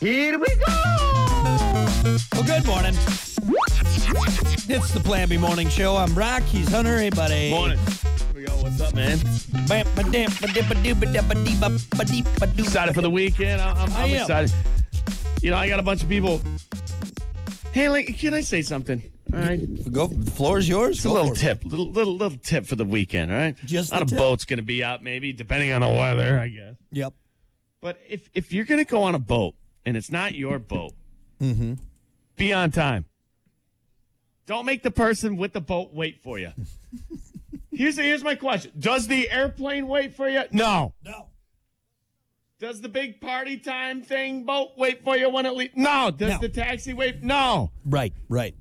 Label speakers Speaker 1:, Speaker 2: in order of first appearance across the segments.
Speaker 1: Here we go.
Speaker 2: Well, good morning. It's the Plan B Morning Show. I'm Rock. He's Hunter. Hey, buddy.
Speaker 3: Morning. We go, what's up, man?
Speaker 2: Bam, ba-dam, ba-dam, ba-doo, ba-dam, ba-dee, ba- ba-dee, ba-doo.
Speaker 3: Excited for the weekend. I- I'm, I'm
Speaker 2: I am.
Speaker 3: excited. You know, I got a bunch of people. Hey, like, can I say something? All right. It's
Speaker 2: Go. The floor's yours.
Speaker 3: a
Speaker 2: Go
Speaker 3: little
Speaker 2: for it.
Speaker 3: tip, little little little tip for the weekend. All right.
Speaker 2: Just
Speaker 3: a lot
Speaker 2: the
Speaker 3: of
Speaker 2: tip.
Speaker 3: boats going to be out, maybe depending on the weather, I guess.
Speaker 2: Yep.
Speaker 3: But if if you're going to go on a boat and it's not your boat,
Speaker 2: Mm-hmm.
Speaker 3: be on time. Don't make the person with the boat wait for you. here's here's my question: Does the airplane wait for you? No.
Speaker 2: No.
Speaker 3: Does the big party time thing boat wait for you when it leaves? No. Does
Speaker 2: No.
Speaker 3: the taxi wait? No.
Speaker 2: Right. Right.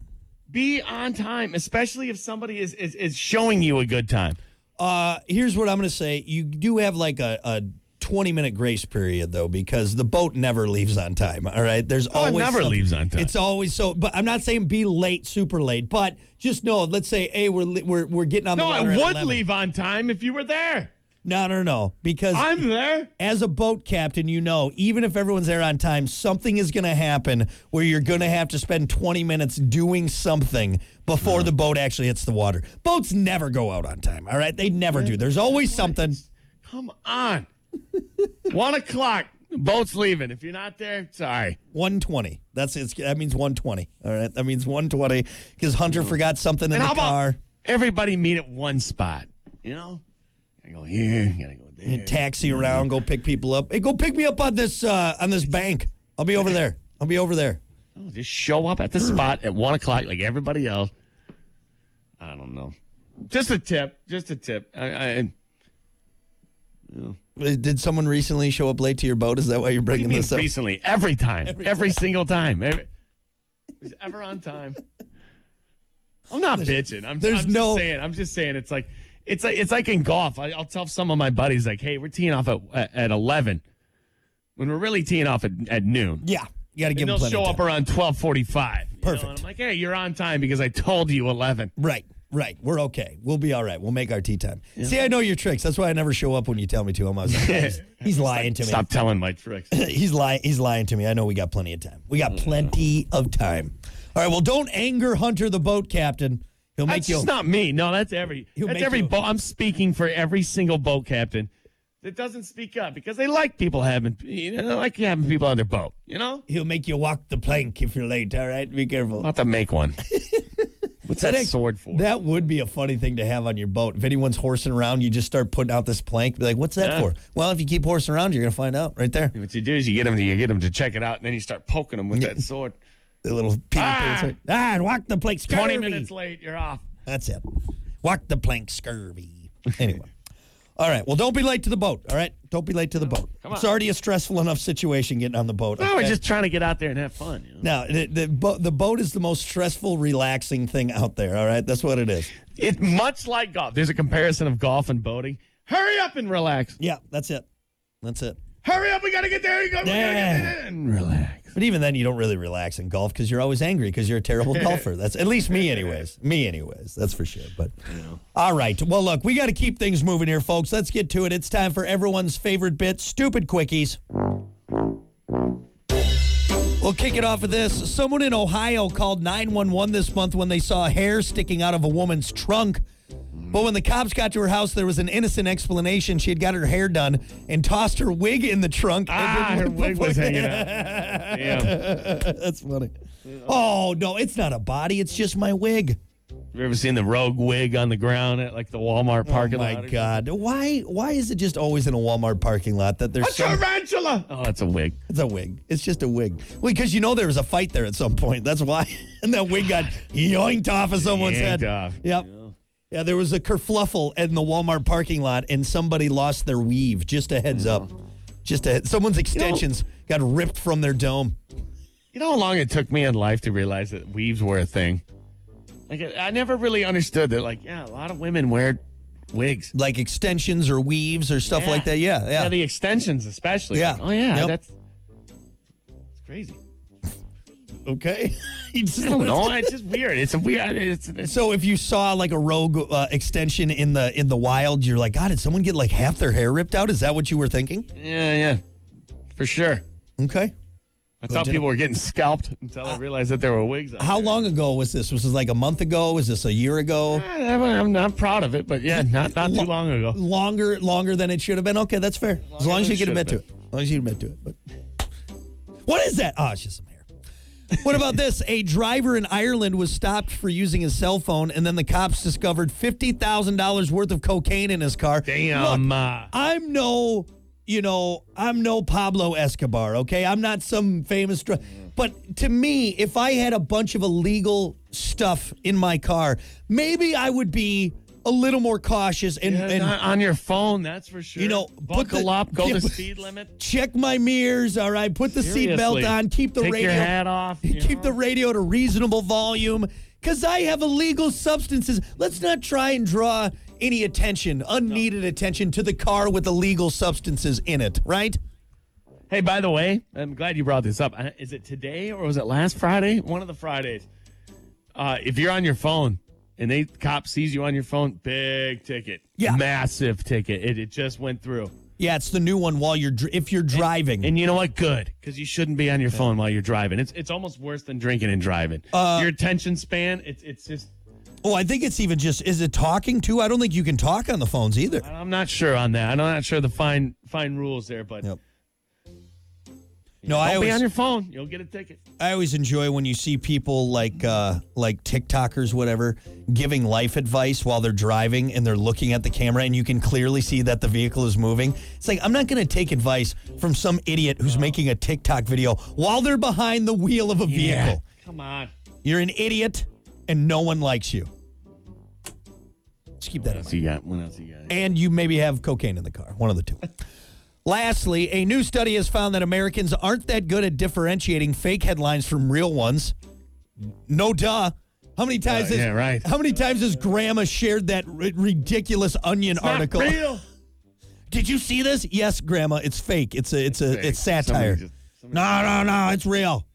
Speaker 3: Be on time, especially if somebody is is, is showing you a good time.
Speaker 2: Uh, here's what I'm going to say. You do have like a. a 20 minute grace period though because the boat never leaves on time all right there's
Speaker 3: Oh, it
Speaker 2: always
Speaker 3: never
Speaker 2: some-
Speaker 3: leaves on time.
Speaker 2: it's always so but i'm not saying be late super late but just know let's say hey we're li- we're, we're getting on
Speaker 3: No,
Speaker 2: the
Speaker 3: I
Speaker 2: water at
Speaker 3: would
Speaker 2: 11.
Speaker 3: leave on time if you were there.
Speaker 2: no no no because
Speaker 3: I'm there.
Speaker 2: as a boat captain, you know, even if everyone's there on time, something is going to happen where you're going to have to spend 20 minutes doing something before the boat actually hits the water. Boats never go out on time, all right? They never do. There's always something.
Speaker 3: Come on. One o'clock. Boat's leaving. If you're not there, sorry.
Speaker 2: 120. That's it's, that means 120. All right, that means 120 because Hunter forgot something in
Speaker 3: And
Speaker 2: the
Speaker 3: how
Speaker 2: car.
Speaker 3: about everybody meet at one spot? You know? Gotta go here, gotta go there.
Speaker 2: taxi around, go pick people up. Hey, go pick me up on this uh, on this bank. I'll be over there. I'll be over there.
Speaker 3: No, Oh, just show up at the spot at one o'clock like everybody else. I don't know. Just a tip. Just a tip. I, I,
Speaker 2: Uh, Did someone recently show up late to your boat? Is that why you're bringing this up?
Speaker 3: recently, every time, every, single time, every, is ever on time. I'm not bitching. I'm,
Speaker 2: there's
Speaker 3: I'm
Speaker 2: no-
Speaker 3: just saying. I'm just saying. It's like it's like it's like in golf. I, I'll tell some of my buddies like, "Hey, we're teeing off at at, at 11 when we're really teeing off at, at noon."
Speaker 2: Yeah, you got to give
Speaker 3: And
Speaker 2: them
Speaker 3: they'll
Speaker 2: plenty
Speaker 3: show
Speaker 2: of time.
Speaker 3: up around 12:45. you know,
Speaker 2: Perfect.
Speaker 3: and I'm like, "Hey, you're on time because I told you 11."
Speaker 2: Right, right. We're okay. We'll be all right. We'll make our tea time. See, I know your tricks. That's why I never show up when you tell me to. I'm always like, he's, he's lying to me.
Speaker 3: Stop telling my tricks.
Speaker 2: He's lying. He's lying to me. I know we got plenty of time. We
Speaker 3: Mm.
Speaker 2: got plenty of time. All right. Well, don't anger Hunter, the boat captain. He'll make
Speaker 3: That's
Speaker 2: you.
Speaker 3: just not me. No, that's every.
Speaker 2: He'll
Speaker 3: That's
Speaker 2: make
Speaker 3: every
Speaker 2: you-
Speaker 3: boat. I'm speaking for every single boat captain that doesn't speak up because they like people having, you know, they like having people on their boat. You know,
Speaker 2: he'll make you walk the plank if you're late. All right. Be careful.
Speaker 3: not to make one. What's that, sword for?
Speaker 2: That would be a funny thing to have on your boat. If anyone's horsing around, you just start putting out this plank. Be like, what's that
Speaker 3: Yeah.
Speaker 2: for? Well, if you keep horsing around, you're gonna find out right there.
Speaker 3: what you do is you get them to you get them to check it out, and then you start poking them with that sword.
Speaker 2: The little Peter
Speaker 3: Ah!
Speaker 2: Pan. Ah, and walk the plank.
Speaker 3: Twenty
Speaker 2: Scurvy.
Speaker 3: minutes late, you're off.
Speaker 2: That's it. Walk the plank scurvy. Anyway. all right. Well, don't be late to the boat. All right. Don't be late to the boat.
Speaker 3: come on.
Speaker 2: It's already a stressful enough situation getting on the boat.
Speaker 3: No, we're
Speaker 2: okay?
Speaker 3: just trying to get out there and have fun. You know?
Speaker 2: No, the, the, bo- the boat is the most stressful, relaxing thing out there. All right. That's what it is.
Speaker 3: It's much like golf. There's a comparison of golf and boating. Hurry up and relax.
Speaker 2: Yeah. That's it. That's it.
Speaker 3: Hurry up, we gotta get there. We gotta, we gotta
Speaker 2: Yeah.
Speaker 3: get there and relax.
Speaker 2: But even then, you don't really relax in golf because you're always angry because you're a terrible golfer. That's at least me, anyways. Me, anyways. That's for sure. But all right. Well, look, we got to keep things moving here, folks. Let's get to it. It's time for everyone's favorite bit stupid quickies. We'll kick it off with this. Someone in Ohio called 911 this month when they saw hair sticking out of a woman's trunk. But when the cops got to her house, there was an innocent explanation. She had got her hair done and tossed her wig in the trunk. and
Speaker 3: Ah,
Speaker 2: didn't
Speaker 3: her
Speaker 2: look
Speaker 3: wig was
Speaker 2: before-
Speaker 3: hanging out. Damn.
Speaker 2: That's funny. Oh no, it's not a body. It's just my wig.
Speaker 3: You ever seen the rogue wig on the ground at like the Walmart parking
Speaker 2: oh my
Speaker 3: lot? or-
Speaker 2: god, why? Why is it just always in a Walmart parking lot that there's some,
Speaker 3: tarantula! Oh, that's a wig.
Speaker 2: it's a wig? It's just a wig. Well, because you know there was a fight there at some point. That's why, and that wig got yoinked off of someone's head.
Speaker 3: Yanked off.
Speaker 2: Yep. Yeah, there was a kerfluffle in the Walmart parking lot, and somebody lost their weave. Just a heads up. Just a someone's extensions got ripped from their dome.
Speaker 3: You know how long it took me in life to realize that weaves were a thing? Like, I I never really understood that, like, yeah, a lot of women wear wigs.
Speaker 2: Like extensions or weaves or stuff
Speaker 3: Yeah.
Speaker 2: like that. Yeah, yeah.
Speaker 3: the extensions, especially.
Speaker 2: Yeah.
Speaker 3: Like, oh, yeah,
Speaker 2: Yep.
Speaker 3: that's. It's crazy.
Speaker 2: okay.
Speaker 3: I don't know. It's just weird. It's a weird. It's, it's
Speaker 2: So if you saw like a rogue uh, extension in the in the wild, you're like, God, did someone get like half their hair ripped out? Is that what you were thinking?
Speaker 3: yeah, yeah, for sure.
Speaker 2: Okay,
Speaker 3: I thought people were getting scalped until I realized that there were wigs. out
Speaker 2: How
Speaker 3: there.
Speaker 2: long ago was this? Was this like a month ago? Was this a year ago?
Speaker 3: Eh, I'm not proud of it, but yeah, not not too long ago.
Speaker 2: Longer, longer than it should have been. Okay, that's fair. as long as
Speaker 3: than it
Speaker 2: you can
Speaker 3: should
Speaker 2: admit to
Speaker 3: have
Speaker 2: it. As long as you admit to it. But what is that? Oh, it's just some hair. What about this? A driver in Ireland was stopped for using his cell phone, and then the cops discovered fifty thousand dollars worth of cocaine in his car.
Speaker 3: Damn. uh,
Speaker 2: I'm no, you know, I'm no Pablo Escobar, okay? I'm not some famous dr- but to me, if I had a bunch of illegal stuff in my car, maybe I would be a little more cautious and,
Speaker 3: yeah,
Speaker 2: and
Speaker 3: not on your phone, that's for sure.
Speaker 2: You know, put
Speaker 3: buckle
Speaker 2: the-
Speaker 3: up, go
Speaker 2: yeah,
Speaker 3: to
Speaker 2: but-
Speaker 3: speed limit.
Speaker 2: check my mirrors, all right? Put the
Speaker 3: Seriously.
Speaker 2: seatbelt on, keep the
Speaker 3: Take
Speaker 2: radio
Speaker 3: your hat off. you
Speaker 2: keep
Speaker 3: know?
Speaker 2: the radio to reasonable volume cuz I have illegal substances. Let's not try and draw any attention, unneeded attention to the car with illegal substances in it, right?
Speaker 3: Hey, by the way, I'm glad you brought this up. Uh, Is it today or was it last Friday? One of the Fridays. Uh, if you're on your phone and they cop sees you on your phone, big ticket,
Speaker 2: Yeah.
Speaker 3: massive ticket. It, it just went through.
Speaker 2: Yeah, it's the new one while you're dr- if you're driving.
Speaker 3: And you know what? Good, because you shouldn't be on your phone while you're driving. It's it's almost worse than drinking and driving.
Speaker 2: Uh,
Speaker 3: your attention span, it's it's just.
Speaker 2: oh, I think it's even just is it talking too? I don't think you can talk on the phones either.
Speaker 3: I'm not sure on that. I'm not sure the fine fine rules there, but
Speaker 2: Yep. No,
Speaker 3: don't
Speaker 2: I
Speaker 3: be on
Speaker 2: always
Speaker 3: your phone. You'll get a ticket.
Speaker 2: I always enjoy when you see people like uh like TikTokers whatever giving life advice while they're driving and they're looking at the camera and you can clearly see that the vehicle is moving. It's like I'm not going to take advice from some idiot who's making a TikTok video while they're behind the wheel of a vehicle.
Speaker 3: Come on.
Speaker 2: You're an idiot and no one likes you. Just keep that in
Speaker 3: What
Speaker 2: mind.
Speaker 3: else you got? What else you got?
Speaker 2: and you maybe have cocaine in the car. One of the two. Lastly, a new study has found that Americans aren't that good at differentiating fake headlines from real ones. No duh. How many times
Speaker 3: Uh,
Speaker 2: has
Speaker 3: yeah, right.
Speaker 2: How many times has Grandma shared that ri- ridiculous Onion
Speaker 3: Not
Speaker 2: article?
Speaker 3: real.
Speaker 2: Did you see this? Yes, Grandma. It's fake. It's a. It's a.
Speaker 3: fake.
Speaker 2: It's satire.
Speaker 3: Somebody just- somebody-
Speaker 2: no, no, no. It's real.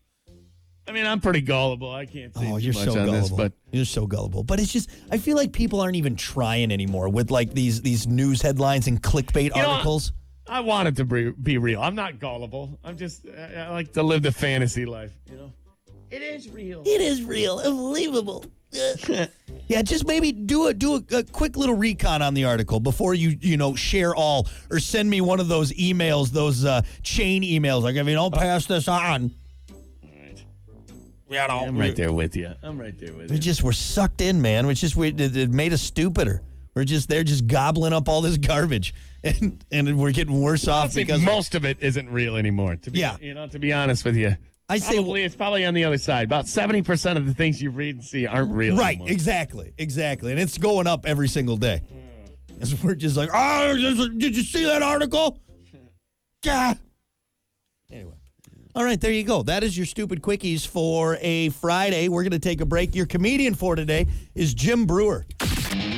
Speaker 3: I mean, I'm pretty gullible. I can't say
Speaker 2: Oh,
Speaker 3: too
Speaker 2: you're
Speaker 3: much
Speaker 2: so
Speaker 3: on
Speaker 2: gullible.
Speaker 3: this, but
Speaker 2: you're so gullible. But it's just I feel like people aren't even trying anymore with like these these news headlines and clickbait
Speaker 3: You know,
Speaker 2: articles.
Speaker 3: I wanted to be, be real. I'm not gullible. I'm just I, I like to live the fantasy life. You know, it is real.
Speaker 2: It is real, unbelievable. yeah, just maybe do a do a, a quick little recon on the article before you you know share all or send me one of those emails, those uh, chain emails. Like if you don't pass this on, you know,
Speaker 3: I'm right there with you. I'm right there with
Speaker 2: We
Speaker 3: you.
Speaker 2: just were sucked in, man. Which just we it, it made us stupider. We're just they're just gobbling up all this garbage, and and we're getting worse off
Speaker 3: Honestly,
Speaker 2: because
Speaker 3: most of it isn't real anymore. To be,
Speaker 2: Yeah.
Speaker 3: you know, to be honest with you,
Speaker 2: I say
Speaker 3: probably it's probably on the other side. About seventy percent of the things you read and see aren't real.
Speaker 2: Right,
Speaker 3: anymore.
Speaker 2: exactly, Hmm. exactly, and it's going up every single day. As we're just like, oh, did did you see that article? God. Anyway, all right, there you go. That is your stupid quickies for a Friday. We're going to take a break. Your comedian for today is Jim Brewer.